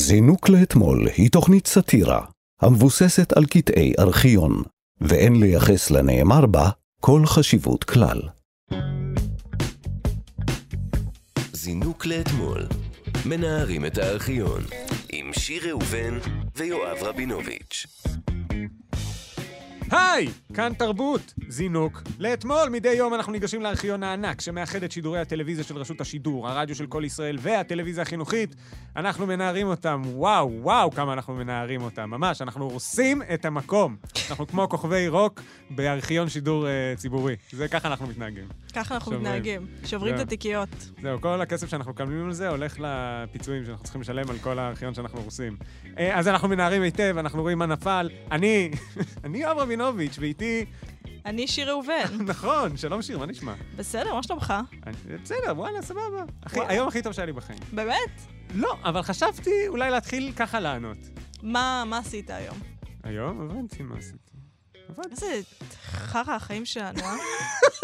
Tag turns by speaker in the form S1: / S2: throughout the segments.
S1: זינוק לאתמול היא תוכנית סאטירה המבוססת על קטעי ארכיון, ואין לייחס לנאמר בה כל חשיבות כלל.
S2: זינוק לאתמול, מנערים את הארכיון, עם שיר ראובן ויואב רבינוביץ'.
S3: היי, כאן תרבות, זינוק. לאתמול, מדי יום אנחנו ניגשים לארכיון הענק, שמאחד את שידורי הטלוויזיה של רשות השידור, הרדיו של כל ישראל והטלוויזיה החינוכית. אנחנו מנערים אותם, וואו, וואו, כמה אנחנו מנערים אותם, ממש, אנחנו הורסים את המקום. אנחנו כמו כוכבי רוק בארכיון שידור אה, ציבורי. זה ככה אנחנו מתנהגים.
S4: ככה אנחנו
S3: שוברים.
S4: מתנהגים, שוברים את
S3: כן.
S4: התיקיות.
S3: זהו, כל הכסף שאנחנו מקבלים על זה הולך לפיצויים שאנחנו צריכים לשלם על כל הארכיון שאנחנו הורסים. אה, אז אנחנו מנערים היטב, אנחנו רואים מה נפל. אני, אני יואב רבינוביץ', ואיתי...
S4: אני שיר ראובן.
S3: נכון, שלום שיר, מה נשמע?
S4: בסדר, מה שלומך?
S3: אני- בסדר, וואלה, סבבה. אחי,
S4: וואלה.
S3: היום הכי טוב שהיה לי בחיים.
S4: באמת?
S3: לא, אבל חשבתי אולי להתחיל ככה לענות.
S4: מה מה עשית היום?
S3: היום? הבנתי מה עשיתי. עבדתי.
S4: איזה חרא החיים שלנו, אה?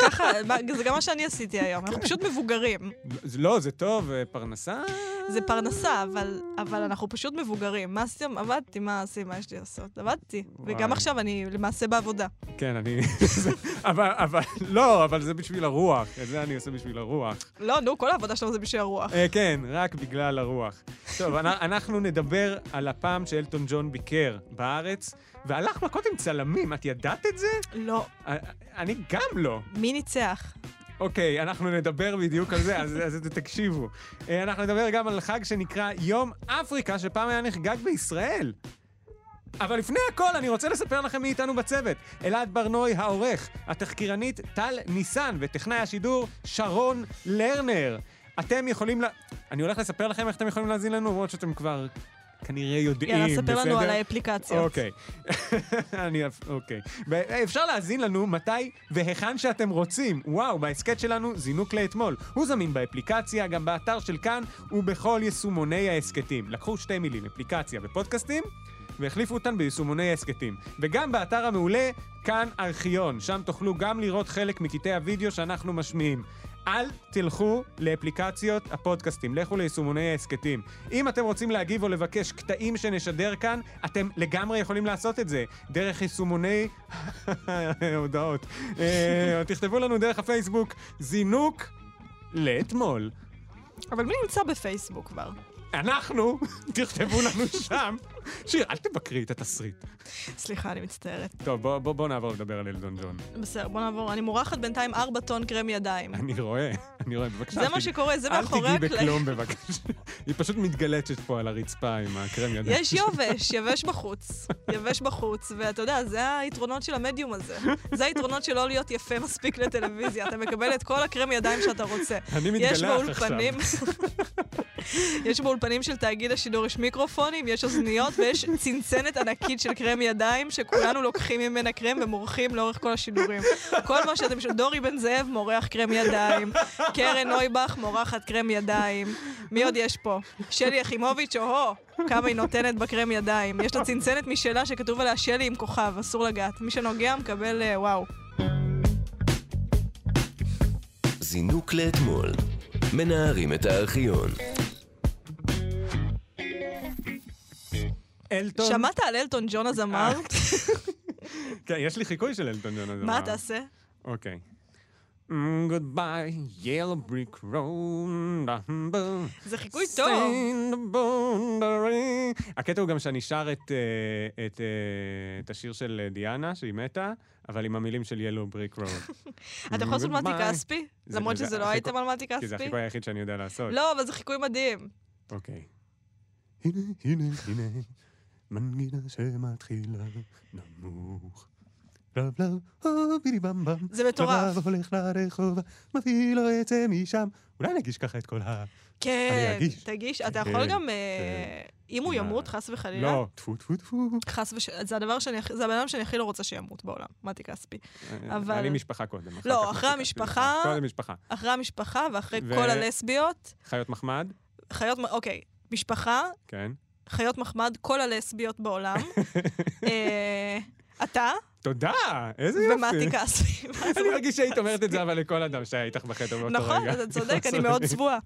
S4: ככה, מה- זה גם מה שאני עשיתי היום,
S3: כן.
S4: אנחנו פשוט מבוגרים.
S3: זה- לא, זה טוב, אה, פרנסה...
S4: זה פרנסה, אבל, אבל אנחנו פשוט מבוגרים. מה עשיתם? עבדתי, מה עשיתי, מה יש לי לעשות? עבדתי.
S3: וואי.
S4: וגם עכשיו אני למעשה בעבודה.
S3: כן, אני... זה- אבל, אבל, לא, אבל זה בשביל הרוח. את זה אני עושה בשביל הרוח.
S4: לא, נו, כל העבודה שלנו זה בשביל הרוח.
S3: אה, כן, רק בגלל הרוח. טוב, אנ- אנחנו נדבר על הפעם שאלטון ג'ון ביקר בארץ, והלך מכות עם צלמים, את ידעת את זה?
S4: לא,
S3: אה, אני גם לא.
S4: מי ניצח?
S3: אוקיי, אנחנו נדבר בדיוק על זה, אז, אז אתם תקשיבו. אה, אנחנו נדבר גם על חג שנקרא יום אפריקה, שפעם היה נחגג בישראל. אבל לפני הכל, אני רוצה לספר לכם מי איתנו בצוות. אלעד ברנוי העורך, התחקירנית טל ניסן, וטכנאי השידור שרון לרנר. אתם יכולים ל... אני הולך לספר לכם איך אתם יכולים להאזין לנו, למרות שאתם כבר כנראה יודעים,
S4: יאללה, ספר לנו על
S3: בסדר?
S4: האפליקציות.
S3: אוקיי. אני... אפ- אוקיי. ב- אפשר להאזין לנו מתי והיכן שאתם רוצים. וואו, בהסכת שלנו זינוק לאתמול. הוא זמין באפליקציה, גם באתר של כאן ובכל יישומוני ההסכתים. לקחו שתי מילים, אפליקציה ופודקאסטים, והחליפו אותן ביישומוני ההסכתים. וגם באתר המעולה, כאן ארכיון. שם תוכלו גם לראות חלק מקטעי הוידאו שאנחנו משמיעים. אל תלכו לאפליקציות הפודקאסטים, לכו ליישומוני ההסכתים. אם אתם רוצים להגיב או לבקש קטעים שנשדר כאן, אתם לגמרי יכולים לעשות את זה. דרך יישומוני... הודעות. אה, או תכתבו לנו דרך הפייסבוק, זינוק לאתמול.
S4: אבל מי נמצא בפייסבוק כבר?
S3: אנחנו, תכתבו לנו שם. שיר, אל תבקרי את התסריט.
S4: סליחה, אני מצטערת.
S3: טוב, בוא, בוא, בוא נעבור לדבר על אלדון ג'ון.
S4: בסדר, בוא נעבור. אני מורחת בינתיים ארבע טון קרם ידיים.
S3: אני רואה, אני רואה, בבקשה.
S4: זה
S3: אל
S4: מה
S3: תיג-
S4: שקורה, זה
S3: אל
S4: מאחורי
S3: תיגעי
S4: הקלעים.
S3: בכלום בבקשה. היא פשוט מתגלצת פה על הרצפה עם הקרם ידיים.
S4: יש יובש, יבש בחוץ. יבש בחוץ, ואתה יודע, זה היתרונות של המדיום הזה. זה היתרונות של לא להיות יפה מספיק לטלוויזיה. אתה מקבל את כל הקרם ידיים שאתה רוצה.
S3: אני
S4: יש
S3: מתגלח עכשיו.
S4: באולפנים... יש באולפנים של תאגיד השידור, יש מיקרופונים, יש אוזניות ויש צנצנת ענקית של קרם ידיים, שכולנו לוקחים ממנה קרם ומורחים לאורך כל השידורים. כל מה שאתם... ש- דורי בן זאב מורח קרם ידיים, קרן נויבך מורחת קרם ידיים. מי עוד יש פה? שלי יחימוביץ', או-הו, כמה היא נותנת בקרם ידיים. יש לה צנצנת משלה שכתוב עליה שלי עם כוכב, אסור לגעת. מי שנוגע מקבל אה, וואו.
S2: זינוק לאתמול, מנערים את הארכיון.
S3: אלטון...
S4: שמעת על אלטון ג'ון הזמר?
S3: אה, כן, יש לי חיקוי של אלטון ג'ון. אז
S4: מה
S3: אמר.
S4: תעשה?
S3: אוקיי. גודביי, יאלו בריק רון,
S4: זה חיקוי טוב.
S3: הקטע הוא גם שאני שר את, אה, את, אה, את השיר של אה, דיאנה, שהיא מתה, אבל עם המילים של ילו בריק רוד.
S4: אתה יכול לעשות מתי
S3: Mm,
S4: כספי?
S3: זה-
S4: למרות
S3: זה
S4: שזה לא
S3: הכי
S4: הייתם
S3: כל-
S4: על מתי
S3: כי זה
S4: כספי?
S3: החיקוי היחיד שאני יודע לעשות.
S4: לא, אבל זה חיקוי מדהים.
S3: אוקיי. הנה, הנה, הנה, מנגינה שמתחילה נמוך. רב לב, או בילי במבם.
S4: זה מטורף.
S3: רב הולך לרחוב, מביא לו את זה משם. אולי נגיש ככה את כל ה...
S4: כן,
S3: אני אגיש.
S4: תגיש. אתה
S3: כן,
S4: יכול גם, אה, אם הוא
S3: מה?
S4: ימות, חס וחלילה.
S3: לא, טפו טפו טפו.
S4: חס וש... זה הדבר שאני, הכי- זה הבן אדם שאני הכי לא רוצה שימות בעולם, מתי כספי. אבל-
S3: אני משפחה קודם. אחר
S4: לא,
S3: כך
S4: אחרי
S3: מתיקה.
S4: המשפחה-
S3: קודם משפחה.
S4: אחרי המשפחה ואחרי
S3: ו-
S4: כל הלסביות,
S3: חיות מחמד,
S4: חיות, מ- אוקיי, משפחה,
S3: כן.
S4: חיות מחמד, כל הלסביות בעולם. אה, אתה,
S3: תודה, איזה יופי.
S4: ומה תכעס לי? ואז
S3: אני מרגיש שהיית אומרת את זה, אבל לכל אדם שהיה איתך בחדר באותו רגע. לא
S4: נכון, אתה צודק, אני מאוד צבועה.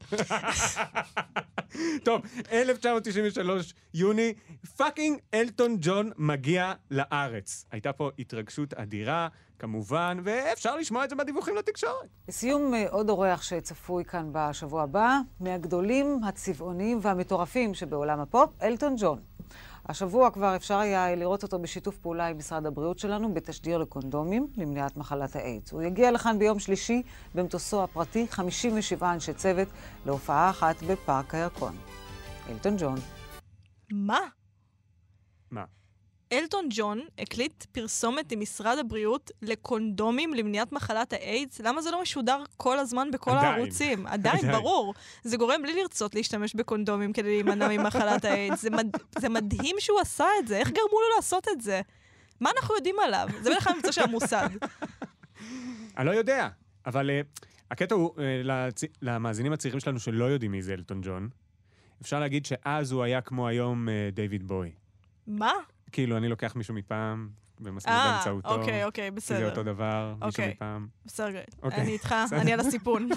S3: טוב, 1993, יוני, פאקינג אלטון ג'ון מגיע לארץ. הייתה פה התרגשות אדירה, כמובן, ואפשר לשמוע את זה בדיווחים לתקשורת.
S5: לסיום, אה, עוד אורח שצפוי כאן בשבוע הבא, מהגדולים, הצבעוניים והמטורפים שבעולם הפופ, אלטון ג'ון. השבוע כבר אפשר היה לראות אותו בשיתוף פעולה עם משרד הבריאות שלנו בתשדיר לקונדומים למניעת מחלת האיידס. הוא יגיע לכאן ביום שלישי במטוסו הפרטי, 57 אנשי צוות, להופעה אחת בפארק הירקון. אלטון ג'ון.
S4: מה?
S3: מה?
S4: אלטון ג'ון הקליט פרסומת עם משרד הבריאות לקונדומים למניעת מחלת האיידס, למה זה לא משודר כל הזמן בכל
S3: עדיין.
S4: הערוצים? עדיין,
S3: עדיין.
S4: ברור. זה גורם בלי לרצות להשתמש בקונדומים כדי להימנע ממחלת האיידס. זה, מד... זה מדהים שהוא עשה את זה, איך גרמו לו לעשות את זה? מה אנחנו יודעים עליו? זה בטח הממצא של המוסד.
S3: אני לא יודע, אבל אה, הקטע הוא, אה, לצ... למאזינים הצעירים שלנו שלא יודעים מי זה אלטון ג'ון, אפשר להגיד שאז הוא היה כמו היום אה, דיוויד בוי.
S4: מה?
S3: כאילו, אני לוקח מישהו מפעם ומסמיד
S4: אה,
S3: באמצעותו.
S4: אוקיי, אוקיי,
S3: זה
S4: בסדר.
S3: אותו דבר, מישהו
S4: אוקיי.
S3: מפעם.
S4: בסדר,
S3: אוקיי,
S4: אני איתך,
S3: בסדר.
S4: אני על הסיפון.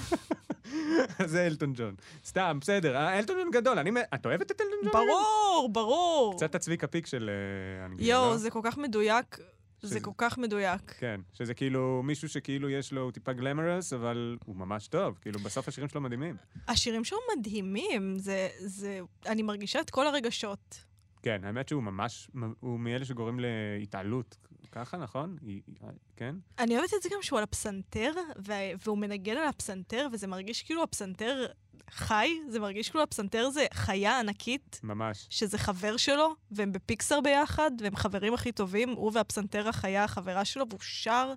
S3: זה אלטון ג'ון. סתם, בסדר. אה, אלטון ג'ון גדול. אני... מ- את אוהבת את אלטון ג'ון?
S4: ברור, ברור.
S3: קצת הצביקה פיק של אה, אנגליה, לא?
S4: יואו, זה כל כך מדויק.
S3: שזה-
S4: זה כל כך מדויק.
S3: כן, שזה כאילו מישהו שכאילו יש לו, הוא טיפה גלמרס, אבל הוא ממש טוב. כאילו, בסוף השירים שלו מדהימים.
S4: השירים שלו מדהימים, זה, זה... אני מרגישה את כל הרגשות.
S3: כן, האמת שהוא ממש, הוא מאלה שגורם להתעלות. ככה, נכון? היא- היא- כן?
S4: אני אוהבת את זה גם שהוא על הפסנתר, ו- והוא מנגן על הפסנתר, וזה מרגיש כאילו הפסנתר חי, זה מרגיש כאילו הפסנתר זה חיה ענקית,
S3: ממש.
S4: שזה חבר שלו, והם בפיקסר ביחד, והם חברים הכי טובים, הוא והפסנתר החיה, החברה שלו, והוא שר,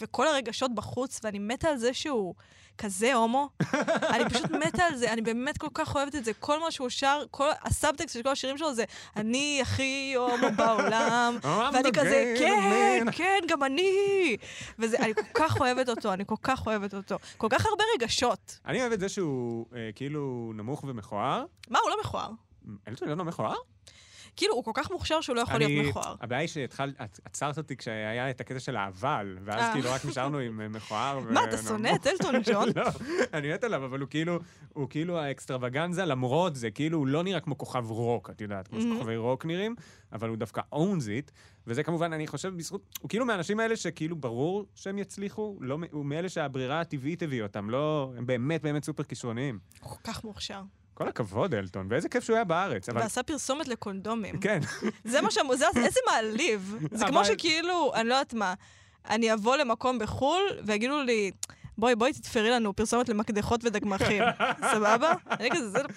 S4: וכל הרגשות בחוץ, ואני מתה על זה שהוא כזה הומו. אני פשוט מתה על זה, אני באמת כל כך אוהבת את זה. כל מה שהוא שר, כל הסאבטקסט של כל השירים שלו זה, אני הכי הומו בעולם.
S3: I'm
S4: ואני
S3: the
S4: כזה,
S3: great
S4: כן,
S3: man."
S4: כן, גם אני. וזה, אני כל כך אוהבת אותו, אני כל כך אוהבת אותו. כל כך הרבה רגשות.
S3: אני אוהב את זה שהוא אה, כאילו נמוך ומכוער.
S4: מה, הוא לא מכוער.
S3: אלטון ג'ון לא מכוער?
S4: כאילו, הוא כל כך מוכשר שהוא לא יכול להיות מכוער.
S3: הבעיה היא שהתחלת, עצרת אותי כשהיה את הקטע של האבל, ואז
S4: אה.
S3: כאילו רק נשארנו עם אה, מכוער.
S4: מה, אתה
S3: ונמוך.
S4: שונא את אלטון ג'ון?
S3: לא, אני מת עליו, אבל הוא כאילו, הוא כאילו האקסטרווגנזה למרות זה, כאילו הוא לא נראה כמו כוכב רוק, את יודעת, כמו
S4: Mhm.
S3: שכוכבי רוק נראים, אבל הוא דווקא אונז איט, וזה כמובן, אני חושב, בזכות, הוא כאילו מהאנשים האלה שכאילו ברור שהם יצליחו, לא, מ- הוא מאלה שהברירה הטבעית הביאה אותם, לא, הם באמת באמת סופר כישרוניים.
S4: הוא כל כך מוכשר.
S3: כל הכבוד, אלטון, ואיזה כיף שהוא היה בארץ, אבל...
S4: ועשה פרסומת לקונדומים.
S3: כן,
S4: זה מה שאמרו, זה איזה מעליב. זה
S3: אבל-
S4: כמו שכאילו, אני לא יודעת מה, אני אבוא למקום בחו"ל ויגידו לי, בואי, בואי תתפרי לנו פרסומת למקדחות ודגמחים, סבבה? אני כזה, זה... לא-"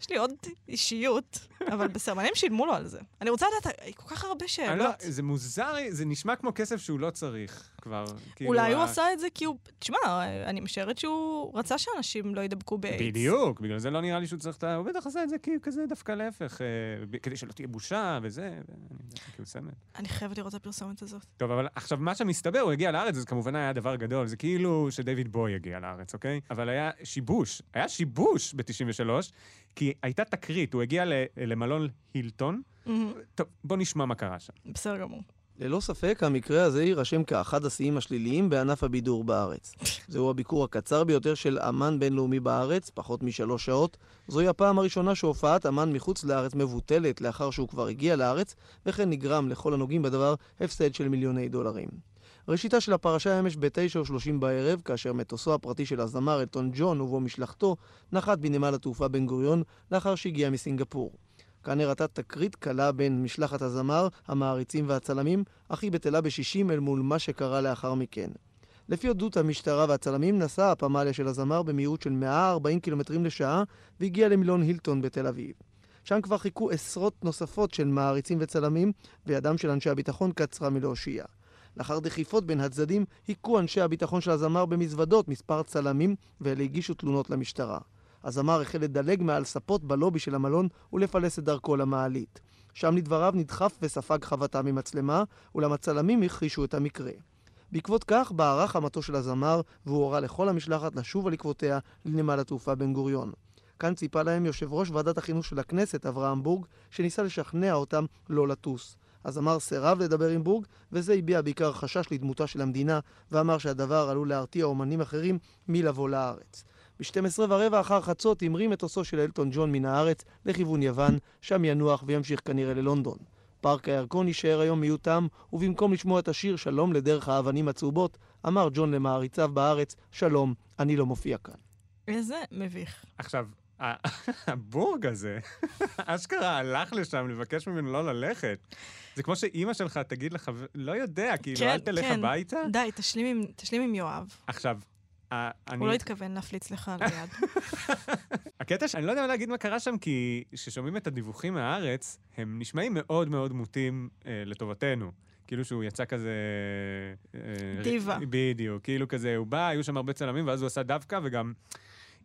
S4: יש לי עוד אישיות, אבל בסדר, מעניין אם שילמו לו על זה. אני רוצה לדעת, אה, כל כך הרבה
S3: אני לא,
S4: שאלות.
S3: זה מוזר, זה נשמע כמו כסף שהוא לא צריך כבר. כאילו,
S4: אולי הוא
S3: ה-
S4: עשה את זה כי הוא... תשמע, אני משערת שהוא רצה שאנשים לא יידבקו באיידס.
S3: בדיוק, בגלל זה לא נראה לי שהוא צריך את ה... הוא בטח עשה את זה כי הוא כזה דווקא להפך, אה, ב- כדי שלא תהיה בושה וזה, ואני יודע, כי הוא סמל.
S4: אני חייבת לראות את הפרסומת הזאת.
S3: טוב, אבל עכשיו, מה שמסתבר, הוא הגיע לארץ, זה כמובן היה דבר גדול, זה כאילו שדייוויד בוי הגיע לארץ, אוקיי? אבל היה שיבוש, היה שיבוש ב-93, כי הייתה תקרית, הוא הגיע ל- למלון הילטון.
S4: מהמם,
S3: טוב, בוא נשמע מה קרה שם.
S4: בסדר גמור.
S6: ללא ספק, המקרה הזה יירשם כאחד השיאים השליליים בענף הבידור בארץ. זהו הביקור הקצר ביותר של אמן בינלאומי בארץ, פחות משלוש שעות. זוהי הפעם הראשונה שהופעת אמן מחוץ לארץ מבוטלת לאחר שהוא כבר הגיע לארץ, וכן נגרם לכל הנוגעים בדבר הפסד של מיליוני דולרים. ראשיתה של הפרשה אמש ב-9:30 בערב, כאשר מטוסו הפרטי של הזמר אלטון ג'ון ובו משלחתו נחת בנמל התעופה בן גוריון לאחר שהגיע מסינגפור. כאן הראתה תקרית קלה בין משלחת הזמר, המעריצים והצלמים, אך היא בטלה ב-60 אל מול מה שקרה לאחר מכן. לפי עדות המשטרה והצלמים, נסע הפמליה של הזמר במהירות של 140 קילומטרים לשעה והגיע למילון הילטון בתל אביב. שם כבר חיכו עשרות נוספות של מעריצים וצלמים, וידם של אנשי הביטחון קצרה מלהושיע. לאחר דחיפות בין הצדדים, היכו אנשי הביטחון של הזמר במזוודות מספר צלמים, ואלה הגישו תלונות למשטרה. הזמר החל לדלג מעל ספות בלובי של המלון ולפלס את דרכו למעלית. שם לדבריו נדחף וספג חבטה ממצלמה, אולם הצלמים הכחישו את המקרה. בעקבות כך בערה חמתו של הזמר, והוא הורה לכל המשלחת לשוב על עקבותיה לנמל התעופה בן גוריון. כאן ציפה להם יושב ראש ועדת החינוך של הכנסת, אברהם בורג, שניסה לשכנע אותם לא לטוס. הזמר סירב לדבר עם בורג, וזה הביע בעיקר חשש לדמותה של המדינה, ואמר שהדבר עלול להרתיע אומנים אחרים מלבוא לארץ. ב-12 ורבע אחר חצות המרים מטוסו של אלטון ג'ון מן הארץ לכיוון יוון, שם ינוח וימשיך כנראה ללונדון. פארק הירקון יישאר היום מיותם, ובמקום לשמוע את השיר "שלום לדרך האבנים הצהובות", אמר ג'ון למעריציו בארץ, "שלום, אני לא מופיע כאן".
S4: איזה מביך.
S3: עכשיו, ה- הבורג הזה, אשכרה הלך לשם לבקש ממנו לא ללכת. זה כמו שאימא שלך תגיד לך, לא יודע, כאילו,
S4: כן,
S3: אל תלך
S4: כן.
S3: הביתה.
S4: די, תשלים עם- תשלים עם יואב.
S3: עכשיו, ה- אני...
S4: הוא לא התכוון להפליץ לך על היד.
S3: הקטע שאני לא יודע מה להגיד מה קרה שם, כי כששומעים את הדיווחים מהארץ, הם נשמעים מאוד מאוד מוטים אה, לטובתנו. כאילו שהוא יצא כזה... אה,
S4: דיבה.
S3: בדיוק, כאילו כזה, הוא בא, היו שם הרבה צלמים, ואז הוא עשה דווקא, וגם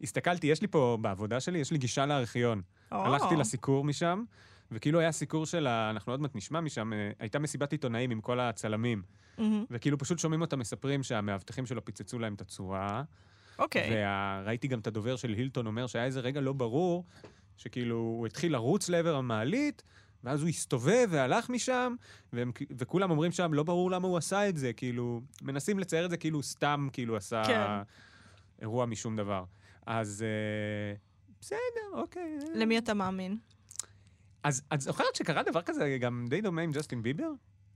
S3: הסתכלתי, יש לי פה, בעבודה שלי, יש לי גישה לארכיון.
S4: או.
S3: הלכתי לסיקור משם, וכאילו היה סיקור של ה... אנחנו עוד מעט נשמע משם, אה, הייתה מסיבת עיתונאים עם כל הצלמים,
S4: מהמם.
S3: וכאילו פשוט שומעים אותם מספרים שהמאבטחים שלו פיצצו להם את הצורה,
S4: אוקיי.
S3: וראיתי גם את הדובר של הילטון אומר שהיה איזה רגע לא ברור, שכאילו הוא התחיל לרוץ לעבר המעלית, ואז הוא הסתובב והלך משם, והם, כ- וכולם אומרים שם, לא ברור למה הוא עשה את זה, כאילו, מנסים לצייר את זה כאילו הוא סתם כאילו עשה
S4: כן.
S3: אירוע משום דבר. אז אה, בסדר, אוקיי.
S4: למי אתה מאמין?
S3: אז את זוכרת שקרה דבר כזה גם די דומה עם ג'סטין ביבר?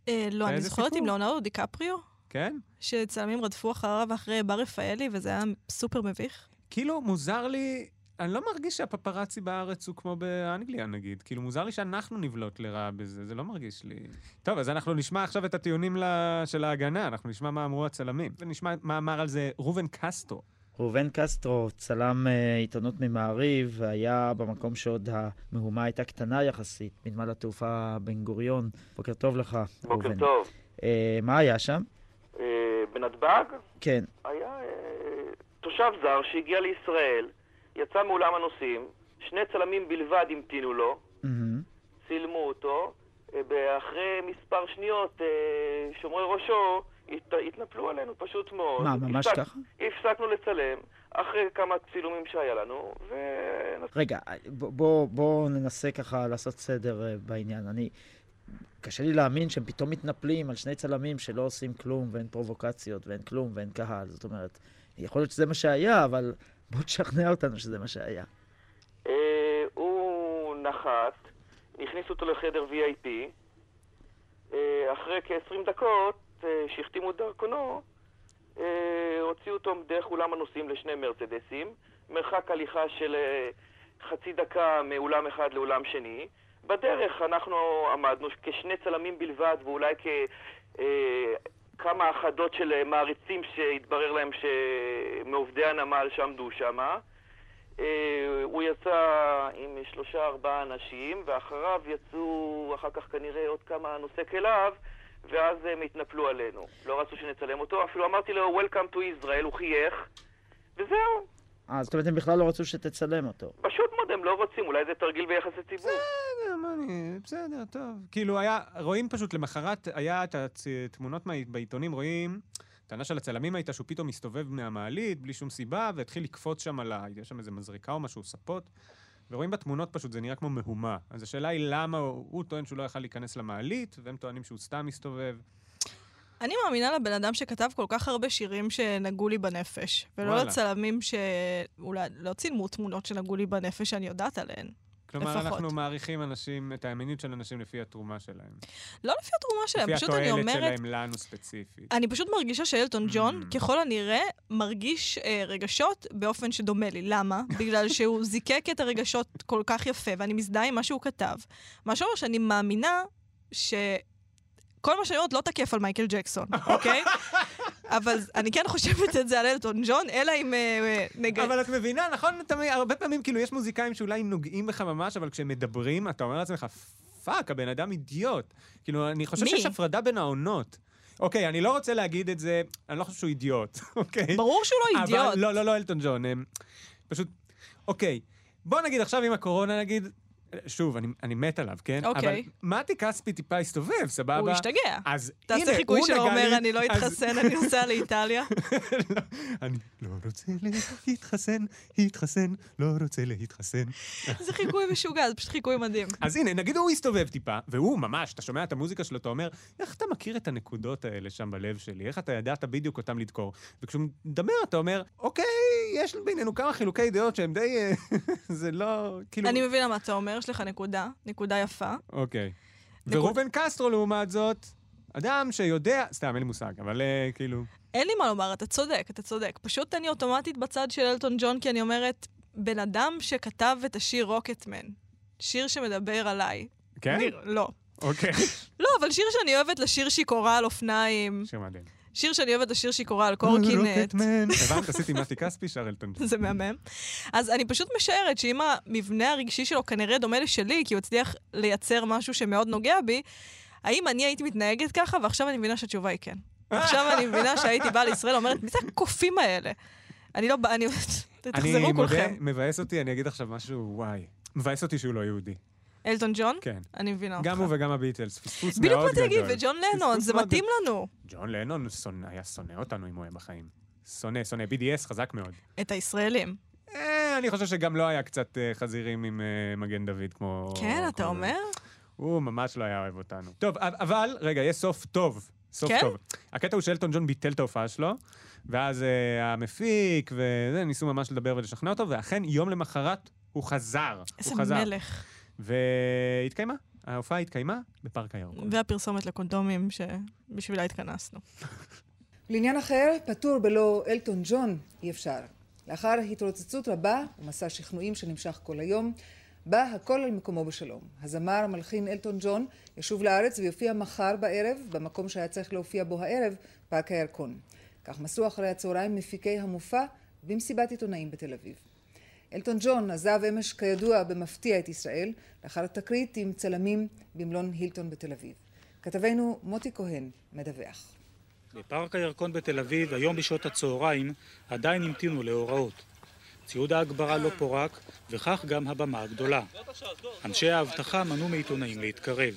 S4: אה, לא,
S3: היה
S4: אני
S3: איזה
S4: זוכרת עם
S3: סיפור.
S4: לאונרדו דיקפריו,
S3: כן?
S4: שצלמים רדפו אחריו אחרי בר רפאלי, וזה היה סופר מביך.
S3: כאילו, מוזר לי, אני לא מרגיש שהפפרצי בארץ הוא כמו באנגליה, נגיד. כאילו, מוזר לי שאנחנו נבלוט לרעה בזה, זה לא מרגיש לי... טוב, אז אנחנו נשמע עכשיו את הטיעונים ל- של ההגנה, אנחנו נשמע מה אמרו הצלמים. ונשמע מה אמר על זה ראובן קסטו.
S7: ראובן קסטרו, צלם אה, עיתונות ממעריב, היה במקום שעוד המהומה הייתה קטנה יחסית, בנמל התעופה בן גוריון. בוקר טוב לך,
S8: בוקר
S7: ראובן.
S8: טוב.
S7: אה, מה היה שם?
S8: אה, בנתב"ג
S7: כן,
S8: היה אה, תושב זר שהגיע לישראל, יצא מאולם הנוסעים, שני צלמים בלבד המתינו לו,
S7: מהמם.
S8: צילמו אותו, אה, ואחרי מספר שניות אה, שומרי ראשו הת, התנפלו עלינו פשוט מאוד.
S7: מה, ממש
S8: הפסק-
S7: ככה?
S8: הפסקנו לצלם, אחרי כמה צילומים שהיה לנו, ונסענו
S7: רגע, אה, ב- בוא, בוא ננסה ככה לעשות סדר אה, בעניין. אני... קשה לי להאמין שהם פתאום מתנפלים על שני צלמים שלא עושים כלום, ואין פרובוקציות, ואין כלום, ואין קהל. זאת אומרת, יכול להיות שזה מה שהיה, אבל בוא תשכנע אותנו שזה מה שהיה.
S8: אה, הוא נחת, הכניסו אותו לחדר VIP, אה, אחרי כ-20 דקות, אה, שהחתימו את דרכונו, אה, הוציאו אותו דרך אולם הנוסעים לשני מרצדסים, מרחק הליכה של אה, חצי דקה מאולם אחד לאולם שני. בדרך אנחנו עמדנו כשני צלמים בלבד ואולי כ... אה, כמה אחדות של אה, מעריצים שהתברר להם שמעובדי הנמל שעמדו שמה. אה, הוא יצא עם שלושה ארבעה אנשים, ואחריו יצאו אחר כך כנראה עוד כמה נוסק אליו, ואז הם התנפלו עלינו. לא רצו שנצלם אותו, אפילו אמרתי לו Welcome to Israel, הוא חייך, וזהו.
S7: אה, זאת אומרת, הם בכלל לא רצו שתצלם אותו.
S8: פשוט מאוד הם לא רוצים, אולי זה תרגיל ביחסי ציבור.
S3: בסדר, "אה, מה אני... בסדר, טוב. כאילו, היה... רואים פשוט, למחרת היה את התמונות בעיתונים, רואים... הטענה של הצלמים הייתה שהוא פתאום הסתובב מהמעלית בלי שום סיבה, והתחיל לקפוץ שם על ה... יש שם איזה מזריקה או משהו, ספות. ורואים בתמונות פשוט, זה נראה כמו מהומה. אז השאלה היא למה הוא, הוא טוען שהוא לא יכל להיכנס למעלית, והם טוענים שהוא סתם הסתובב.
S4: אני מאמינה לבן אדם שכתב כל כך הרבה שירים שנגעו לי בנפש, ולא
S3: וואלה.
S4: לצלמים שאולי לא צילמו תמונות שנגעו לי בנפש שאני יודעת עליהן.
S3: כלומר,
S4: לפחות.
S3: אנחנו מעריכים אנשים, את האמיניות של אנשים לפי התרומה שלהם.
S4: לא לפי התרומה שלהם,
S3: לפי
S4: פשוט אני
S3: התועלת
S4: אומרת,
S3: שלהם לנו ספציפית.
S4: אני פשוט מרגישה שאלטון ג'ון,
S3: Mm.
S4: ככל הנראה, מרגיש אה, רגשות באופן שדומה לי. למה? בגלל שהוא זיקק את הרגשות כל כך יפה, ואני מזדהה עם מה שהוא כתב. מה שאומר שאני מאמינה ש... כל מה שאני אומרת לא תקף על מייקל ג'קסון, אוקיי? אבל אני כן חושבת את זה על אלטון ג'ון, אלא אם אה, אה, נגד...
S3: אבל את מבינה, נכון? תמיד, הרבה פעמים, כאילו, יש מוזיקאים שאולי נוגעים בך ממש, אבל כשהם מדברים, אתה אומר לעצמך, פאק, הבן אדם אידיוט. כאילו, אני חושב
S4: מי?
S3: שיש הפרדה בין העונות. אוקיי, אני לא רוצה להגיד את זה, אני לא חושב שהוא אידיוט, אוקיי?
S4: ברור שהוא לא אידיוט.
S3: אבל, לא, לא, לא אלטון ג'ון. הם, פשוט, אוקיי. בוא נגיד עכשיו עם הקורונה, נגיד, שוב, אני, אני מת עליו, כן?
S4: אוקיי.
S3: אבל מתי כספי טיפה הסתובב, סבבה?
S4: הוא השתגע.
S3: אז הנה,
S4: תעשה חיקוי
S3: הוא
S4: שלו
S3: נגע
S4: אומר,
S3: לי,
S4: אני לא
S3: אז-
S4: אתחסן, אני נוסע לאיטליה.
S3: לא, אני לא רוצה להתחסן, התחסן, לא רוצה להתחסן.
S4: זה חיקוי משוגע, זה פשוט חיקוי מדהים.
S3: אז הנה, נגיד הוא הסתובב טיפה, והוא ממש, אתה שומע את המוזיקה שלו, אתה אומר, איך אתה מכיר את הנקודות האלה שם בלב שלי? איך אתה ידעת בדיוק אותם לדקור? וכשהוא מדבר, אתה אומר, אוקיי, יש בינינו כמה חילוקי דעות שהם די... אה, זה לא... כאילו...
S4: אני מבינה מה אתה אומר, יש לך נקודה, נקודה יפה.
S3: אוקיי.
S4: נקוד-
S3: וראובן קסטרו, לעומת זאת, אדם שיודע... סתם, אין לי מושג, אבל אה, כאילו...
S4: אין לי מה לומר, אתה צודק, אתה צודק. פשוט אני אוטומטית בצד של אלטון ג'ון, כי אני אומרת, בן אדם שכתב את השיר רוקטמן, שיר שמדבר עליי.
S3: כן?
S4: נראה- לא.
S3: אוקיי.
S4: לא, אבל שיר שאני אוהבת לשיר שיכורה על אופניים,
S3: שיר מדהים.
S4: שיר שאני אוהבת לשיר שיכורה על קורקינט.
S3: רוקטמן. הבנת, עשיתי מתי כספי, שר אלטון ג'ון.
S4: זה מהמם. אז אני פשוט משערת שאם המבנה הרגשי שלו כנראה דומה לשלי, כי הוא הצליח לייצר משהו שמאוד נוגע בי, האם אני הייתי מתנהגת ככה? ועכשיו אני מבינה שהתשובה היא כן. עכשיו אני מבינה שהייתי באה לישראל ואומרת, מי זה הקופים האלה? אני לא באה, אני...
S3: אני
S4: תחזרו
S3: מודה,
S4: כולכם.
S3: מבאס אותי, אני אגיד עכשיו משהו, וואי. מבאס אותי שהוא לא יהודי.
S4: אלטון ג'ון?
S3: כן.
S4: אני מבינה אותך.
S3: גם הוא וגם הביטלס, פספוס מאוד
S4: לא, נכון.
S3: גדול.
S4: בדיוק באתי להגיד, וג'ון לנון,
S3: פספוס
S4: זה
S3: מאוד
S4: מתאים
S3: גדול.
S4: לנו.
S3: ג'ון לנון שונא- היה שונא אותנו אם הוא היה בחיים. שונא, שונא. BDS חזק מאוד.
S4: את הישראלים.
S3: אה, אני חושב שגם לא היה קצת אה, חזירים עם אה, מגן דוד כמו...
S4: כן, אתה
S3: כמו-
S4: אומר?
S3: הוא ממש לא היה אוהב אותנו. טוב, אב- אבל, רגע, יש סוף טוב. סוף
S4: כן?
S3: טוב. הקטע הוא שאלטון ג'ון ביטל את ההופעה שלו, ואז אה, המפיק וזה, ניסו ממש לדבר ולשכנע אותו, ואכן, יום למחרת הוא חזר.
S4: איזה
S3: הוא חזר.
S4: מלך.
S3: והתקיימה. ההופעה התקיימה בפארק הירוק.
S4: והפרסומת לקונדומים שבשבילה התכנסנו.
S9: לעניין אחר, פטור בלא אלטון ג'ון אי אפשר. לאחר התרוצצות רבה ומסע שכנועים שנמשך כל היום, בא הכל על מקומו בשלום. הזמר המלחין אלטון ג'ון ישוב לארץ ויופיע מחר בערב במקום שהיה צריך להופיע בו הערב, פארק הירקון. כך מסרו אחרי הצהריים מפיקי המופע במסיבת עיתונאים בתל אביב. אלטון ג'ון עזב אמש כידוע במפתיע את ישראל לאחר תקרית עם צלמים במלון הילטון בתל אביב. כתבנו מוטי כהן מדווח.
S10: בפארק הירקון בתל אביב, היום בשעות הצהריים, עדיין המתינו להוראות. ציוד ההגברה לא פורק, וכך גם הבמה הגדולה. אנשי האבטחה מנעו מעיתונאים להתקרב.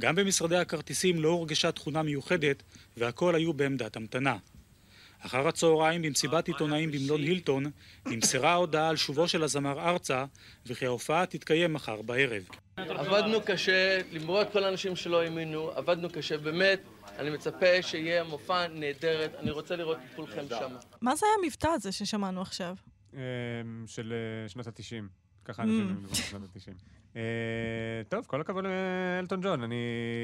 S10: גם במשרדי הכרטיסים לא הורגשה תכונה מיוחדת, והכל היו בעמדת המתנה. אחר הצהריים, במסיבת עיתונאים במלון הילטון, נמסרה ההודעה על שובו של הזמר ארצה, וכי ההופעה תתקיים מחר בערב.
S11: עבדנו קשה, למרות כל האנשים שלא האמינו, עבדנו קשה, באמת, אני מצפה שיהיה מופע נהדרת, אני רוצה לראות את כולכם שם.
S4: מה זה היה המבטא הזה ששמענו עכשיו?
S3: אה, של אה, שנות התשעים. ככה אנשים
S4: Mm.
S3: מדברים בשנות התשעים. אה, טוב, כל הכבוד לאלטון ג'ון. אני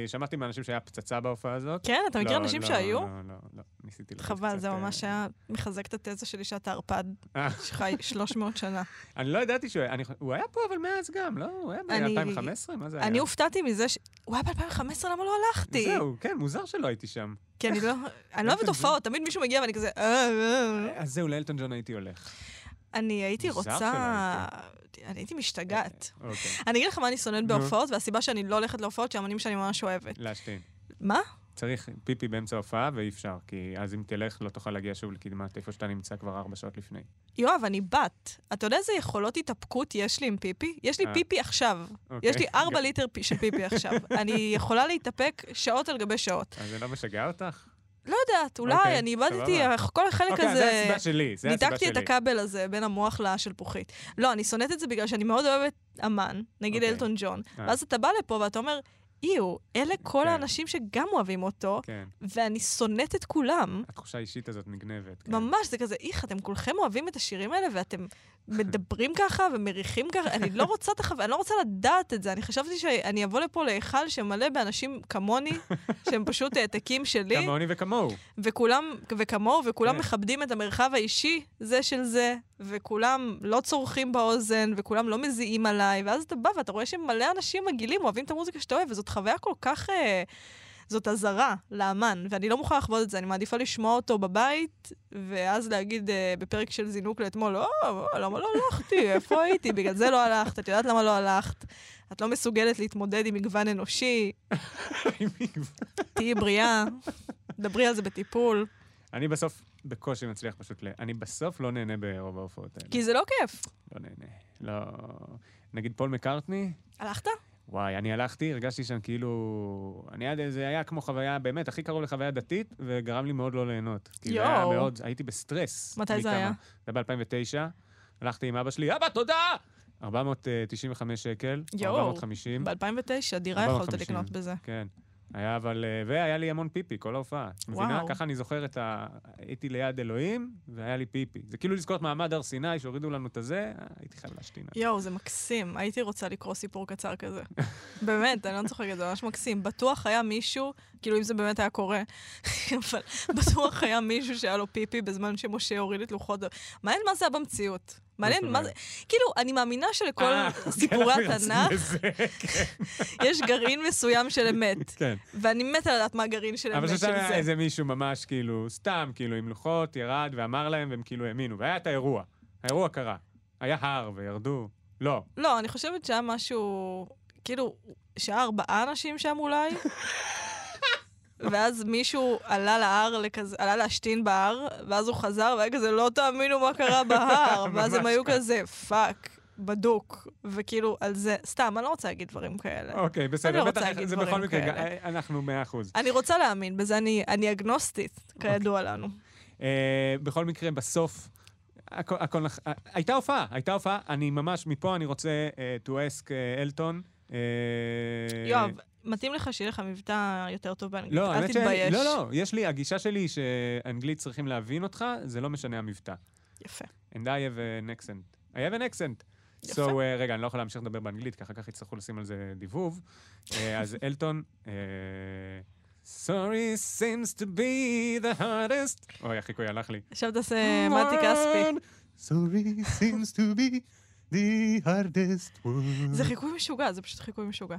S3: שמעתי מאנשים שהיה פצצה בהופעה הזאת.
S4: כן, אתה מכיר
S3: לא,
S4: אנשים
S3: לא,
S4: שהיו?
S3: לא, לא, לא, ניסיתי לתת
S4: חבל,
S3: קצת,
S4: זה
S3: אה,
S4: ממש היה מחזק את התזה שלי שאתה ערפד
S3: אה.
S4: שחי 300 שנה.
S3: אני לא ידעתי שהוא היה... אני חו- הוא היה פה, אבל מאז גם, לא? הוא היה
S4: אני-
S3: ב-2015? מה זה היה?
S4: אני הופתעתי מזה ש... הוא היה ב-2015, למה לא הלכתי?
S3: זהו, כן, מוזר שלא הייתי שם.
S4: כי אני לא... אני לא אוהבת הופעות, תמיד מישהו מגיע ואני כזה... "אה, אה, אה."
S3: אז זהו, לאלטון ג'ון הייתי הולך.
S4: אני הייתי
S3: מוזר
S4: רוצה...
S3: שלא
S4: אני הייתי משתגעת.
S3: אוקיי,
S4: אני אגיד לך מה אני שונאת
S3: נו.
S4: בהופעות, והסיבה שאני לא הולכת להופעות, שהאמנים שאני ממש אוהבת.
S3: להשתין.
S4: מה?
S3: צריך פיפי באמצע ההופעה, ואי אפשר, כי אז אם תלך, לא תוכל להגיע שוב לקדמת איפה שאתה נמצא כבר ארבע שעות לפני.
S4: יואב, אני בת. אתה יודע איזה יכולות התאפקות יש לי עם פיפי? יש לי
S3: אה.
S4: פיפי עכשיו.
S3: אוקיי.
S4: יש לי 4 ליטר פי- של פיפי עכשיו. אני יכולה להתאפק שעות על גבי שעות.
S3: אז זה לא משגע אותך?
S4: לא יודעת,
S3: אוקיי,
S4: אולי, אני איבדתי,
S3: סבבה.
S4: אך- כל החלק
S3: אוקיי, אז זה
S4: הזה...
S3: הסיבה שלי, זה הסיבה
S4: ניתקתי
S3: שלי.
S4: את הכבל הזה בין המוח לשלפוחית. לא, אני שונאת את זה בגלל שאני מאוד אוהבת אמן, נגיד
S3: אוקיי.
S4: אלטון ג'ון.
S3: אה.
S4: ואז אתה בא לפה ואתה אומר, איו, אלה כל
S3: כן.
S4: האנשים שגם אוהבים אותו,
S3: כן,
S4: ואני שונאת את כולם.
S3: התחושה האישית הזאת נגנבת. כן.
S4: ממש, זה כזה, איך, אתם כולכם אוהבים את השירים האלה, ואתם מדברים ככה ומריחים ככה, אני לא רוצה את החו... אני לא רוצה לדעת את זה. אני חשבתי שאני אבוא לפה להיכל שמלא באנשים כמוני, שהם פשוט העתקים שלי.
S3: כמוני וכמוהו.
S4: וכולם, וכמוהו, וכולם
S3: כן.
S4: מכבדים את המרחב האישי זה של זה, וכולם לא צורכים באוזן, וכולם לא מזיעים עליי, ואז אתה בא ואתה רואה שמלא אנשים מגעילים אוהבים את המוזיקה שאתה אוהב, וזאת חוויה כל כך... אה, זאת אזהרה לאמן, ואני לא מוכנה לחוות את זה, אני מעדיפה לשמוע אותו בבית, ואז להגיד אה, בפרק של זינוק לאתמול, לא, למה לא הלכתי, איפה הייתי, בגלל זה לא הלכת, את יודעת למה לא הלכת, את לא מסוגלת להתמודד עם מגוון אנושי, תהיי בריאה, דברי על זה בטיפול.
S3: אני בסוף בקושי מצליח פשוט ל... אני בסוף לא נהנה ברוב ההופעות האלה.
S4: כי זה לא כיף.
S3: לא נהנה. לא... נגיד פול מקארטני,
S4: הלכת?
S3: וואי, אני הלכתי, הרגשתי שם כאילו... אני עד... זה היה כמו חוויה, באמת, הכי קרוב לחוויה דתית, וגרם לי מאוד לא ליהנות. כאילו,
S4: יואו.
S3: היה מאוד... הייתי בסטרס.
S4: מתי זה
S3: מכמה.
S4: היה?
S3: זה היה ב-2009. הלכתי עם אבא שלי, אבא, תודה! 495 שקל,
S4: יואו.
S3: 450.
S4: ב-2009 דירה יכולת
S3: 450.
S4: לקנות בזה.
S3: כן. היה אבל... אה, והיה לי המון פיפי, כל ההופעה. את מבינה?
S4: וואו.
S3: ככה אני זוכר את ה... הייתי ליד אלוהים, והיה לי פיפי. זה כאילו לזכור את מעמד הר סיני, שהורידו לנו את הזה, אה, הייתי חייב להשתין.
S4: יואו, זה מקסים. הייתי רוצה לקרוא סיפור קצר כזה. באמת, אני לא צוחקת, זה ממש מקסים. בטוח היה מישהו, כאילו אם זה באמת היה קורה, אבל בטוח היה מישהו שהיה לו פיפי בזמן שמשה הוריד את לוחות... ה- מעניין מה זה היה במציאות. מעניין
S3: זאת
S4: מה זה... כאילו, אני מאמינה שלכל
S3: לא אה,
S4: סיפורי
S3: כן, אנחנו יוצאים
S4: התנ"ך
S3: לזה, כן.
S4: יש גרעין מסוים של אמת.
S3: כן.
S4: ואני מתה לדעת מה הגרעין של
S3: אבל
S4: אמת של
S3: שם היה
S4: זה.
S3: איזה מישהו ממש כאילו, סתם, כאילו עם לוחות, ירד ואמר להם, והם כאילו האמינו. והיה את האירוע. האירוע קרה. היה הר וירדו. לא.
S4: לא, אני חושבת שהיה משהו... כאילו, שהיה ארבעה אנשים שם אולי? ואז מישהו עלה להר, לכזה, עלה להשתין בהר, ואז הוא חזר, והיה כזה, לא תאמינו מה קרה בהר. ואז הם
S3: ממש
S4: היו
S3: ככה.
S4: כזה, פאק, בדוק. וכאילו, על זה, סתם, אני לא רוצה להגיד דברים כאלה.
S3: אוקיי, בסדר.
S4: לא רוצה
S3: בטח,
S4: להגיד
S3: זה בכל
S4: דברים
S3: מקרה,
S4: כאלה.
S3: ג- אנחנו מאה אחוז.
S4: אני רוצה להאמין בזה, אני, אני אגנוסטית,
S3: אוקיי.
S4: כידוע לנו.
S3: אה, בכל מקרה, בסוף, הכל, הכל, נח- אה, הייתה הופעה, הייתה הופעה. אני ממש, מפה אני רוצה אה, to ask אה, אלטון. אה,
S4: יואב, מתאים לך שיהיה לך מבטא יותר טוב באנגלית,
S3: לא,
S4: אל
S3: האמת שאני,
S4: תתבייש.
S3: לא, לא, יש לי, הגישה שלי היא שאנגלית צריכים להבין אותך, זה לא משנה המבטא.
S4: יפה.
S3: And I have an accent. I have an accent.
S4: יפה.
S3: So, uh, רגע, אני לא יכול להמשיך לדבר באנגלית, כי אחר כך יצטרכו לשים על זה דיבוב. uh, אז אלטון, uh, Sorry seems to be the hardest. אוי, החיקוי הלך לי.
S4: עכשיו תעשה מתי כספי.
S3: Sorry seems to be the hardest one.
S4: זה חיקוי משוגע, זה פשוט חיקוי משוגע.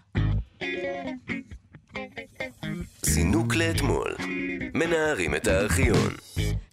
S2: זינוק לאתמול. מנערים את הארכיון.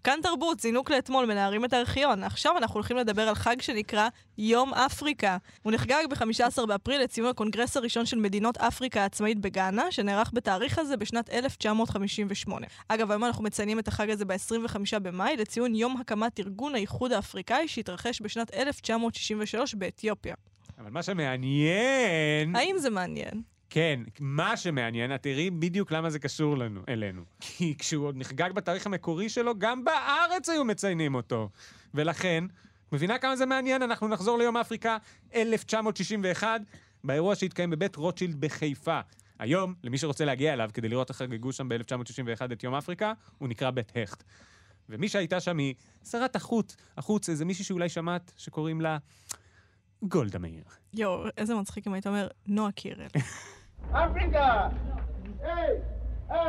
S4: כאן תרבות, זינוק לאתמול, מנערים את הארכיון. עכשיו אנחנו הולכים לדבר על חג שנקרא יום אפריקה. הוא נחגג ב-15 באפריל לציון הקונגרס הראשון של מדינות אפריקה העצמאית בגאנה, שנערך בתאריך הזה בשנת 1958. אגב, היום אנחנו מציינים את החג הזה ב-25 במאי, לציון יום הקמת ארגון האיחוד האפריקאי שהתרחש בשנת 1963 באתיופיה.
S3: אבל מה שמעניין,
S4: האם זה מעניין?
S3: כן, מה שמעניין, את תראי בדיוק למה זה קשור לנו, אלינו. כי כשהוא עוד נחגג בתאריך המקורי שלו, גם בארץ היו מציינים אותו. ולכן, את מבינה כמה זה מעניין? אנחנו נחזור ליום אפריקה 1961, באירוע שהתקיים בבית רוטשילד בחיפה. היום, למי שרוצה להגיע אליו כדי לראות איך חגגו שם ב-1961 את יום אפריקה, הוא נקרא בית הכט. ומי שהייתה שם היא שרת החוץ, החוץ, איזה מישהי שאולי שמעת, שקוראים לה גולדה מאיר.
S4: יואו, איזה מצחיק אם היית אומר, נועה קירל.
S12: Africa! A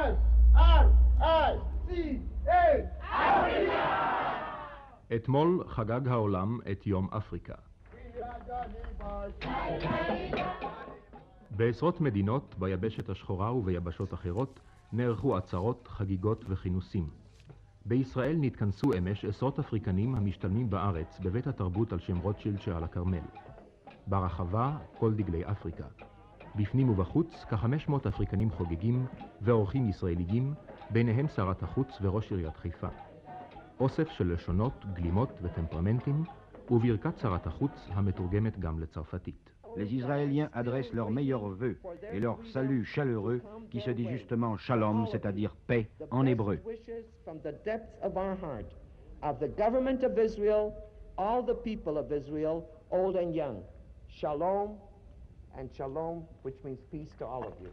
S12: S R I C A!
S13: אתמול חגג העולם את יום אפריקה. בעשרות מדינות, ביבשת השחורה וביבשות אחרות, נערכו עצרות, חגיגות וכינוסים. בישראל נתכנסו אמש עשרות אפריקנים המשתלמים בארץ בבית התרבות על שם רוטשילד שעל הכרמל. ברחבה, כל דגלי אפריקה. בפנים ובחוץ, כ-500 אפריקנים חוגגים ואורחים ישראלים, ביניהם שרת החוץ וראש עיריית חיפה. אוסף של לשונות, גלימות וטמפרמנטים, וברכת שרת החוץ המתורגמת גם לצרפתית.
S14: Les Israéliens adressent leurs meilleurs vœux et leurs saluts chaleureux qui se dit justement shalom, c'est-à-dire paix en hébreu.
S15: wishes from the depths of our heart of the government of Israel, all the people of Israel, old and young. Shalom and shalom, which means peace to all of you.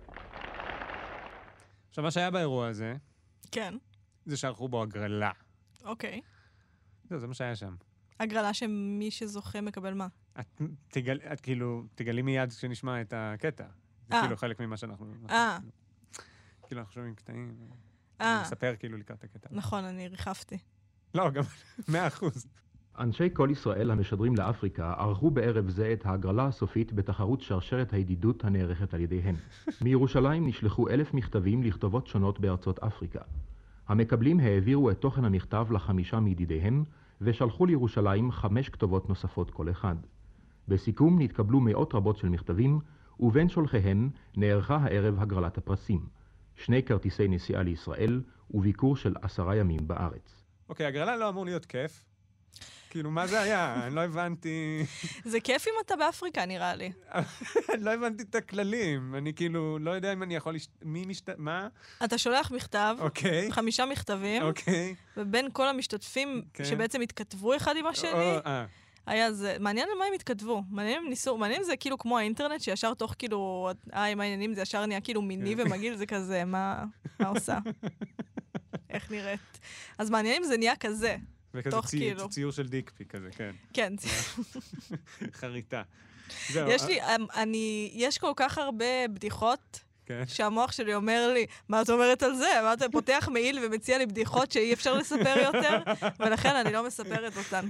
S3: עכשיו, מה שהיה באירוע הזה,
S4: כן,
S3: זה שערכו בו הגרלה.
S4: אוקיי.
S3: זהו, לא, זה מה שהיה שם.
S4: הגרלה שמי שזוכה מקבל מה?
S3: את, תגל, את כאילו, תגלי מיד כשנשמע את הקטע. זה
S4: אה.
S3: כאילו חלק ממה שאנחנו...
S4: אה.
S3: כאילו, אנחנו שומעים קטעים.
S4: אה.
S3: אני מספר כאילו לקראת הקטע.
S4: נכון, אני ריחפתי.
S3: לא, גם... מאה אחוז.
S13: אנשי כל ישראל המשדרים לאפריקה ערכו בערב זה את ההגרלה הסופית בתחרות שרשרת הידידות הנערכת על ידיהם. מירושלים נשלחו אלף מכתבים לכתובות שונות בארצות אפריקה. המקבלים העבירו את תוכן המכתב לחמישה מידידיהם, ושלחו לירושלים חמש כתובות נוספות כל אחד. בסיכום נתקבלו מאות רבות של מכתבים, ובין שולחיהם נערכה הערב הגרלת הפרסים. שני כרטיסי נסיעה לישראל וביקור של עשרה ימים בארץ.
S3: אוקיי, הגרלה לא אמור להיות כיף. כאילו, מה זה היה? אני לא הבנתי...
S4: זה כיף אם אתה באפריקה, נראה לי.
S3: אני לא הבנתי את הכללים. אני כאילו, לא יודע אם אני יכול... להשת- מי משת... מה?
S4: אתה שולח מכתב,
S3: אוקיי.
S4: חמישה מכתבים,
S3: אוקיי.
S4: ובין כל המשתתפים
S3: כן.
S4: שבעצם התכתבו אחד עם השני,
S3: או, אה.
S4: היה זה, מעניין על מה הם התכתבו. מעניין אם ניסו, מעניין אם זה כאילו כמו האינטרנט, שישר תוך כאילו, אה, עם העניינים זה ישר נהיה כאילו מיני
S3: כן.
S4: ומגעיל, זה כזה, מה מה עושה? איך נראית? אז מעניין אם זה נהיה כזה.
S3: וכזה
S4: תוך
S3: צי-
S4: כאילו.
S3: ציור של דיקפי כזה, כן.
S4: כן.
S3: חריטה. זהו,
S4: יש
S3: אה,
S4: לי, אמ, אני, יש כל כך הרבה בדיחות.
S3: כן.
S4: שהמוח שלי אומר לי, מה את אומרת על זה? מה אתה פותח מעיל ומציע לי בדיחות שאי אפשר לספר יותר? ולכן אני לא מספרת אותן.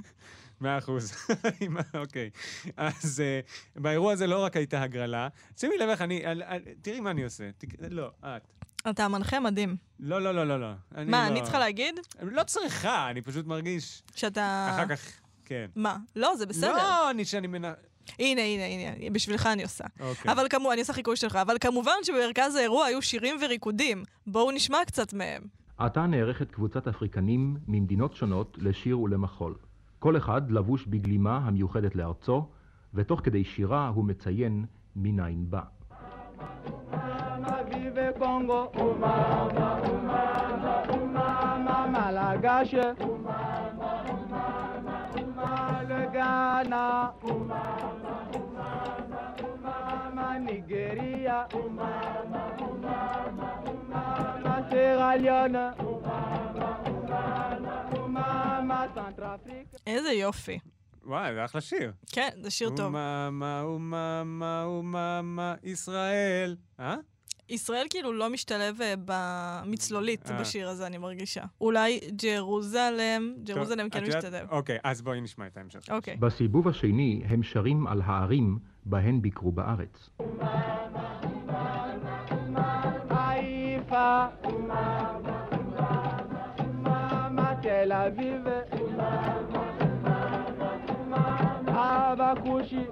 S3: מאה אחוז. עם ה- אוקיי. אז אה, באירוע הזה לא רק הייתה הגרלה. שימי לב איך אני... על- על- תראי מה אני עושה. תק- לא, את.
S4: אתה מנחה מדהים.
S3: לא, לא, לא, לא, לא.
S4: מה,
S3: לא-
S4: אני צריכה להגיד?
S3: לא צריכה, אני פשוט מרגיש...
S4: שאתה...
S3: אחר כך, כן.
S4: מה? לא, זה אה. בסדר.
S3: לא, אני שאני מנ...
S4: הנה, הנה, הנה, בשבילך אני עושה.
S3: אוקיי.
S4: אבל כמובן, אני עושה חיקוי שלך, אבל כמובן שבמרכז האירוע היו שירים וריקודים. בואו נשמע קצת מהם.
S13: עתה נערכת קבוצת אפריקנים ממדינות שונות לשיר ולמחול. כל אחד לבוש בגלימה המיוחדת לארצו, ותוך כדי שירה הוא מציין מניין בא.
S12: Mama vive Congo, umama, umama, umama malagache, umama, umama, umama le Ghana, umama, umama, umama Nigeria, umama, umama, umama Sierra Leone, umama, umama, umama Centrafrique.
S4: איזה יופי.
S3: וואי, זה אחלה שיר.
S4: כן, זה שיר טוב.
S3: אוממה, אוממה, אוממה, ישראל. אה?
S4: ישראל כאילו לא משתלב אה, במצלולית
S3: אה.
S4: בשיר הזה, אני מרגישה. אולי ג'רוזלם, ג'רוזלם
S3: טוב,
S4: כן
S3: את יודעת-
S4: משתלב.
S3: אוקיי, אז בואי נשמע את ההמשך.
S4: אוקיי.
S13: בסיבוב השני הם שרים על הערים בהן ביקרו בארץ.
S12: Haïfa, Umama, Umama, Tel Aviv, Umama, Umama, Abakushi,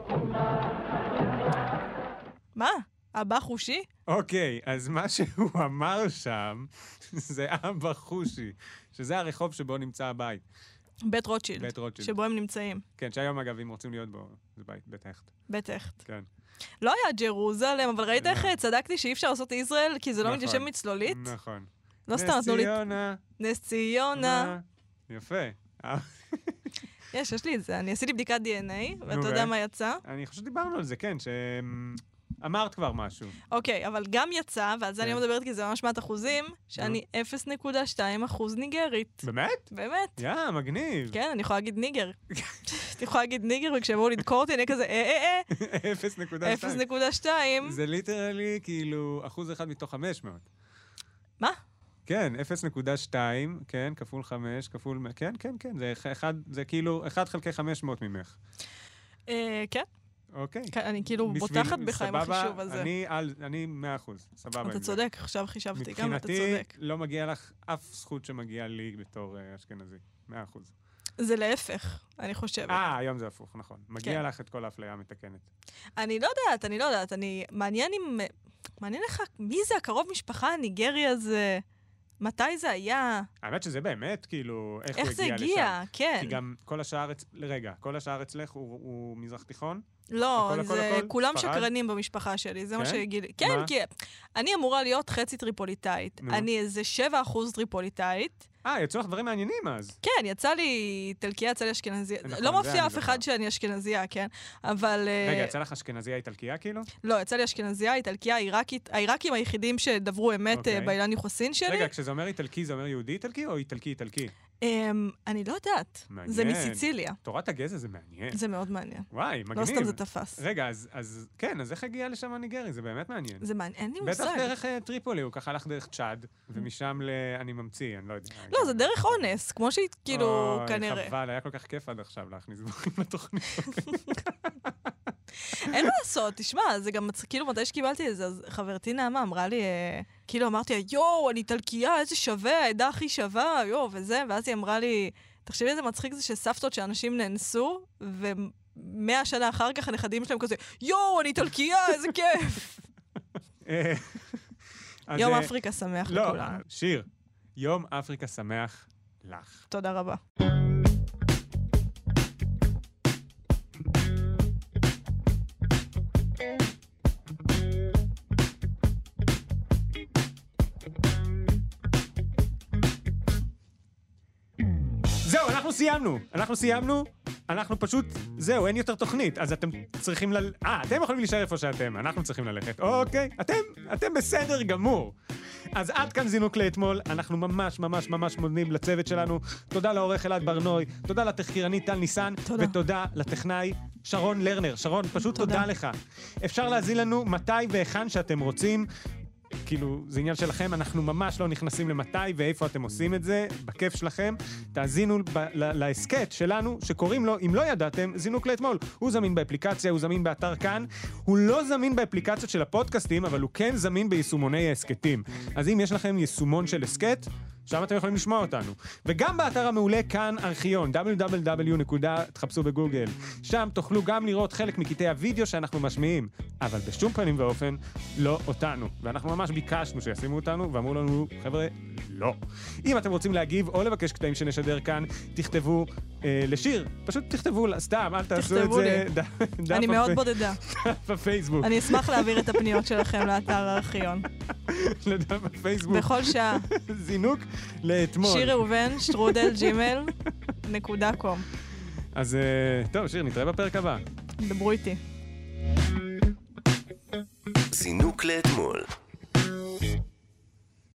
S4: מה? הבא חושי?
S3: אוקיי, אז מה שהוא אמר שם, זה אבא חושי, שזה הרחוב שבו נמצא הבית.
S4: בית רוטשילד.
S3: בית רוטשילד.
S4: שבו הם נמצאים.
S3: כן, שהיום אגב, אם רוצים להיות בו, זה בית, בית הכט.
S4: בטח.
S3: כן.
S4: לא היה ג'רוזלם, אבל ראית איך
S3: לא.
S4: אה, צדקתי שאי אפשר לעשות ישראל כי זה לא
S3: נכון.
S4: מתיישב מצלולית?
S3: נכון.
S4: לא
S3: נס
S4: סתם נתנו לי...
S3: ציונה.
S4: נס ציונה.
S3: יפה. אה,
S4: יש, יש לי את זה. אני עשיתי בדיקת DNA,
S3: נו,
S4: ואתה יודע
S3: ו-
S4: מה יצא?
S3: אני חושב שדיברנו על זה, כן, ש... אמרת כבר משהו.
S4: אוקיי, אבל גם יצא, ועל זה אני לא
S3: כן.
S4: מדברת כי זה ממש מעט אחוזים, שאני 0.2 אחוז ניגרית.
S3: באמת?
S4: באמת.
S3: יא, מגניב.
S4: כן, אני יכולה להגיד ניגר. אני יכולה להגיד ניגר, וכשהם לדקור אותי, אני אהיה כזה, אה, אה,
S3: 0.2.
S4: אה, 0.2.
S3: זה ליטרלי כאילו אחוז אחד מתוך 500.
S4: מה?
S3: כן, 0.2, כן, כפול 5, כפול... מאה, כן, כן, כן, זה, אח- אחד, זה כאילו 1 חלקי 500 ממך.
S4: אה, כן.
S3: אוקיי.
S4: כן, אני כאילו
S3: בשביל-
S4: בוטחת בך עם
S3: סבבה,
S4: החישוב הזה.
S3: אני, על, אני 100 אחוז, סבבה עם
S4: אתה
S3: זה.
S4: צודק, עכשיו חישבתי גם, אתה
S3: מבחינתי,
S4: צודק.
S3: לא מגיע לך אף זכות שמגיעה לי בתור אה, אשכנזי. 100 אחוז.
S4: אה, זה להפך, אני חושבת.
S3: אה, היום זה הפוך, נכון. מגיע
S4: כן.
S3: לך את כל האפליה המתקנת.
S4: אני לא יודעת, אני לא יודעת, אני... מעניין אם... מעניין לך מי זה הקרוב משפחה הניגרי הזה? מתי זה היה?
S3: האמת שזה באמת, כאילו, איך,
S4: איך
S3: הוא
S4: זה
S3: הגיע לשם.
S4: הגיע? כן.
S3: כי גם כל השאר, אצ... רגע, כל השאר אצלך הוא, הוא מזרח תיכון?
S4: לא,
S3: הכל, הכל,
S4: זה
S3: הכל?
S4: כולם
S3: ספרד?
S4: שקרנים במשפחה שלי, זה מה
S3: כן?
S4: שהגיע לי. כן,
S3: מה?
S4: כי אני אמורה להיות חצי טריפוליטאית.
S3: נו.
S4: אני איזה 7% טריפוליטאית.
S3: אה, יצאו לך דברים מעניינים אז.
S4: כן, יצא לי איטלקיה, יצא לי אשכנזיה.
S3: נכון,
S4: לא
S3: זה אני
S4: מפתיע אף
S3: זוכר.
S4: אחד שאני אשכנזיה, כן? אבל... אה,
S3: רגע, יצא לך אשכנזיה איטלקייה כאילו?
S4: לא, יצא לי אשכנזיה, איטלקיה, עיראקית. העיראקים היחידים שדברו אמת
S3: אוקיי.
S4: אה, באילן יוחסין שלי.
S3: רגע, כשזה אומר איטלקי, זה אומר יהודי איטלקי או איטלקי איטלקי?
S4: אמ, אני לא יודעת.
S3: מעניין.
S4: זה מסיציליה.
S3: תורת הגזע זה מעניין.
S4: זה מאוד מעניין.
S3: וואי, מגניב.
S4: לא סתם זה תפס.
S3: רגע, אז, אז כן, אז איך הגיע לשם הניגרי? זה באמת מעניין.
S4: זה מעניין, אין לי
S3: בטח
S4: מושג. Mm-hmm.
S3: דרך אה, טריפולי, הוא ככה הלך דרך צ'אד, ומשם ל... אני ממציא, אני לא יודע.
S4: לא, זה דרך אונס, כמו שהיא, כאילו,
S3: אוי,
S4: כנראה.
S3: חבל, היה כל כך כיף עד עכשיו להכניס דברים לתוכנית.
S4: אין מה לעשות, תשמע, זה גם, מצ- כאילו, מתי שקיבלתי את זה, אז חברתי נעמה אמרה לי, אה, כאילו, אמרתי לה, יואו, אני איטלקייה, איזה שווה, העדה הכי שווה, יואו, וזה, ואז היא אמרה לי, תחשבי איזה מצחיק זה שסבתות שאנשים נאנסו, ומאה שנה אחר כך הנכדים שלהם כזה, יואו, אני איטלקייה, איזה כיף.
S3: אה, אז,
S4: יום
S3: אה,
S4: אפריקה שמח
S3: לא,
S4: לכולם.
S3: שיר, יום אפריקה שמח לך.
S4: תודה רבה.
S3: זהו, אנחנו סיימנו. אנחנו סיימנו, אנחנו פשוט... זהו, אין יותר תוכנית, אז אתם צריכים ל... אה, אתם יכולים להישאר איפה שאתם, אנחנו צריכים ללכת. אוקיי, אתם, אתם בסדר גמור. אז עד כאן זינוק לאתמול, אנחנו ממש ממש ממש מודים לצוות שלנו. תודה לעורך אלעד ברנוי, תודה לתחקירנית טל ניסן, תודה. ותודה לטכנאי שרון לרנר. שרון, פשוט תודה. תודה לך. אפשר להזין לנו מתי והיכן שאתם רוצים. כאילו, זה עניין שלכם, אנחנו ממש לא נכנסים למתי ואיפה אתם עושים את זה, בכיף שלכם. תאזינו ב- ל- להסכת שלנו, שקוראים לו, אם לא ידעתם, זינוק לאתמול. הוא זמין באפליקציה, הוא זמין באתר כאן. הוא לא זמין באפליקציות של הפודקאסטים, אבל הוא כן זמין ביישומוני ההסכתים. אז אם יש לכם יישומון של הסכת, שם אתם יכולים לשמוע אותנו. וגם באתר המעולה כאן ארכיון, www. תחפשו בגוגל. שם תוכלו גם לראות חלק מקטעי הוידאו שאנחנו משמיעים, אבל בשום פנים ואופן לא אותנו. ואנחנו ממש ביקשנו שישימו אותנו, ואמרו לנו, חבר'ה, לא. אם אתם רוצים להגיב או לבקש קטעים שנשדר כאן, תכתבו אה, לשיר. פשוט תכתבו, לה- סתם, אל תעשו את
S4: תכתבו
S3: זה. אוקיי.
S4: לי.
S3: ד- דף
S4: אני מאוד
S3: הפי-
S4: בודדה.
S3: דף הפייסבוק.
S4: אני אשמח להעביר את הפניות שלכם לאתר הארכיון.
S3: לדף הפייסבוק.
S4: בכל שעה.
S3: זינוק לאתמול.
S4: שיר ראובן, שטרודל, ג'ימל, נקודה קום.
S3: אז אה, טוב, שיר, נתראה בפרק הבא.
S4: דברו איתי.
S2: זינוק לאתמול.